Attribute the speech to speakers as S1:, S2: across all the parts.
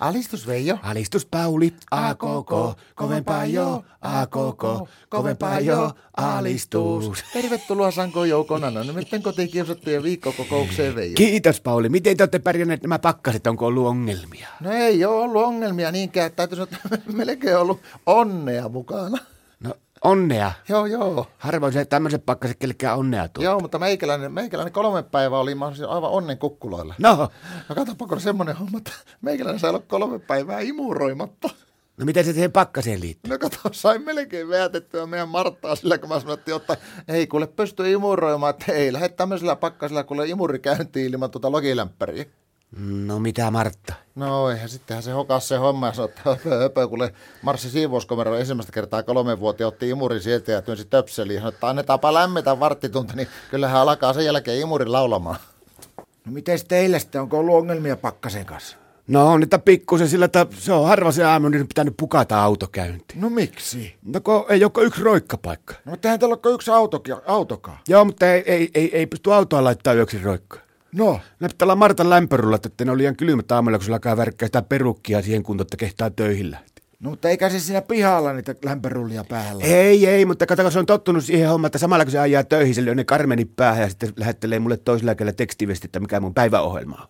S1: Alistus Veijo.
S2: Alistus Pauli, a koko, kovempaa jo, a koko, kovempaa jo, alistus.
S1: Tervetuloa Sanko Joukona, no nimittäin kotikiusattujen viikkokokoukseen Veijo.
S2: Kiitos Pauli, miten te olette pärjänneet nämä pakkaset, onko ollut ongelmia?
S1: No ei ole ollut ongelmia niinkään, täytyy sanoa, että melkein ollut onnea mukana.
S2: No onnea,
S1: Joo, joo.
S2: harvoin se tämmöiset pakkaset kellekään onnea tuo.
S1: Joo, mutta meikäläinen, meikäläinen kolme päivää oli mä olin aivan onnen kukkuloilla.
S2: No,
S1: No katsoppa, kun on semmoinen homma, että meikäläinen sai olla kolme päivää imuroimatta.
S2: no miten se siihen pakkaseen liittyy?
S1: No kato, sain melkein väätettyä meidän Marttaa sillä, kun mä sanoin, että jotta ei kuule pysty imuroimaan, että ei lähde tämmöisellä pakkasella kuule imuri käyntiin ilman tuota logilämpäriä.
S2: No mitä Martta?
S1: No eihän sittenhän se hokas se homma ja sanoi, että höpö, höpö, kuule Marssi siivouskomero ensimmäistä kertaa kolme vuotta ja otti imurin sieltä ja työnsi töpseliin ja sanoi, että annetaanpa lämmetä varttitunti, niin kyllähän alkaa sen jälkeen imuri laulamaan.
S3: No miten teillä sitten, onko ollut ongelmia pakkasen kanssa?
S2: No on, että pikkusen sillä, että se on harva se aamu, niin pitänyt pukata autokäynti.
S3: No miksi?
S2: No kun ei ole kuin yksi roikkapaikka.
S3: No mutta eihän teillä ole kuin yksi autokia, autokaa.
S2: Joo, mutta ei, ei, ei, ei pysty autoa laittaa yöksi roikkaan.
S3: No,
S2: Ne pitää olla Martan lämpörullat, että ne on liian kylmät aamulla, kun se alkaa värkkää sitä perukkia siihen kuntoon, että kehtaa töihin lähteä.
S3: no mutta eikä se siinä pihalla niitä lämpörullia päällä.
S2: Ei, ei, mutta katsokaa, se on tottunut siihen hommaan, että samalla kun se ajaa töihin, se lyö ne karmenit päähän ja sitten lähettelee mulle toisella kädellä tekstiviesti, että mikä mun päiväohjelma on.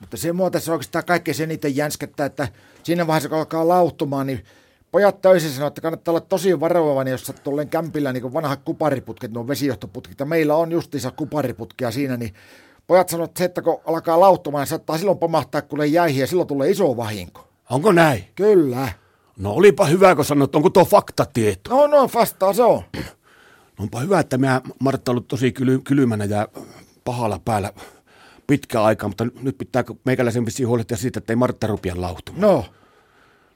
S3: Mutta se mua tässä oikeastaan kaikkea se niitä jänskättää, että siinä vaiheessa kun alkaa lauhtumaan, niin pojat töissä sanoo, että kannattaa olla tosi varovainen, jos sattuu olleen kämpillä niin kuin vanhat kupariputket, nuo vesijohtoputket. Ja meillä on justiinsa kupariputkia siinä, niin pojat sanoo, että se, että kun alkaa lauhtumaan, niin saattaa silloin pamahtaa kuule jäihin ja silloin tulee iso vahinko.
S2: Onko näin?
S3: Kyllä.
S2: No olipa hyvä, kun sanoit, onko tuo faktatieto. No
S3: No, no, vastaa se on.
S2: Onpa hyvä, että minä Martta on ollut tosi kyly, kylmänä ja pahalla päällä pitkä aikaa, mutta nyt pitää meikäläisen vissiin huolehtia siitä, että ei Martta rupia lauhtumaan.
S3: No,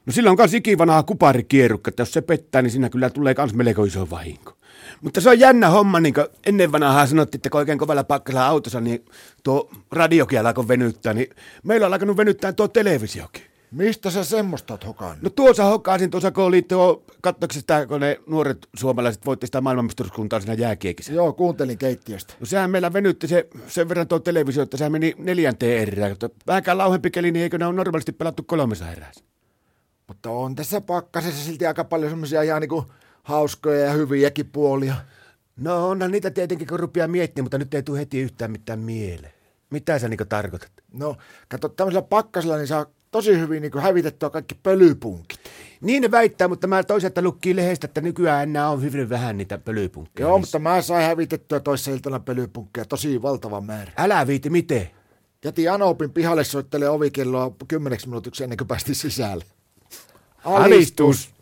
S2: No sillä on kans ikivanhaa kuparikierrukka, että jos se pettää, niin siinä kyllä tulee kans melko iso vahinko. Mutta se on jännä homma, niin kuin ennen vanhaa sanottiin, että kun oikein kovalla pakkasella autossa, niin tuo radiokin alkoi venyttää, niin meillä on alkanut venyttää tuo televisiokin.
S3: mistä sä semmoista oot hokannut?
S2: No tuossa hokkaasin, tuossa kun oli tuo, katsoksi sitä, kun ne nuoret suomalaiset voitti sitä maailmanmestaruuskuntaa siinä jääkiekissä.
S3: Joo, kuuntelin keittiöstä.
S2: No sehän meillä venytti se, sen verran tuo televisio, että sehän meni neljänteen erään. Mutta Vähänkään lauhempi keli, niin eikö ne ole normaalisti pelattu kolmessa erässä?
S3: Mutta on tässä pakkasessa silti aika paljon semmoisia ihan niinku hauskoja ja hyviäkin puolia.
S2: No onhan niitä tietenkin, kun rupeaa miettimään, mutta nyt ei tule heti yhtään mitään mieleen. Mitä sä niinku tarkoitat?
S3: No, kato, tämmöisellä pakkasella niin saa tosi hyvin niinku hävitettyä kaikki pölypunkit.
S2: Niin ne väittää, mutta mä toisaalta lukkiin lehdestä, että nykyään enää on hyvin vähän niitä pölypunkkeja.
S3: Joo, mutta mä sain hävitettyä toissa iltana pölypunkkeja tosi valtava määrä.
S2: Älä viiti miten.
S3: Jätin Anopin pihalle soittelee ovikelloa kymmeneksi minuutiksi ennen kuin päästi sisälle.
S2: Alistus.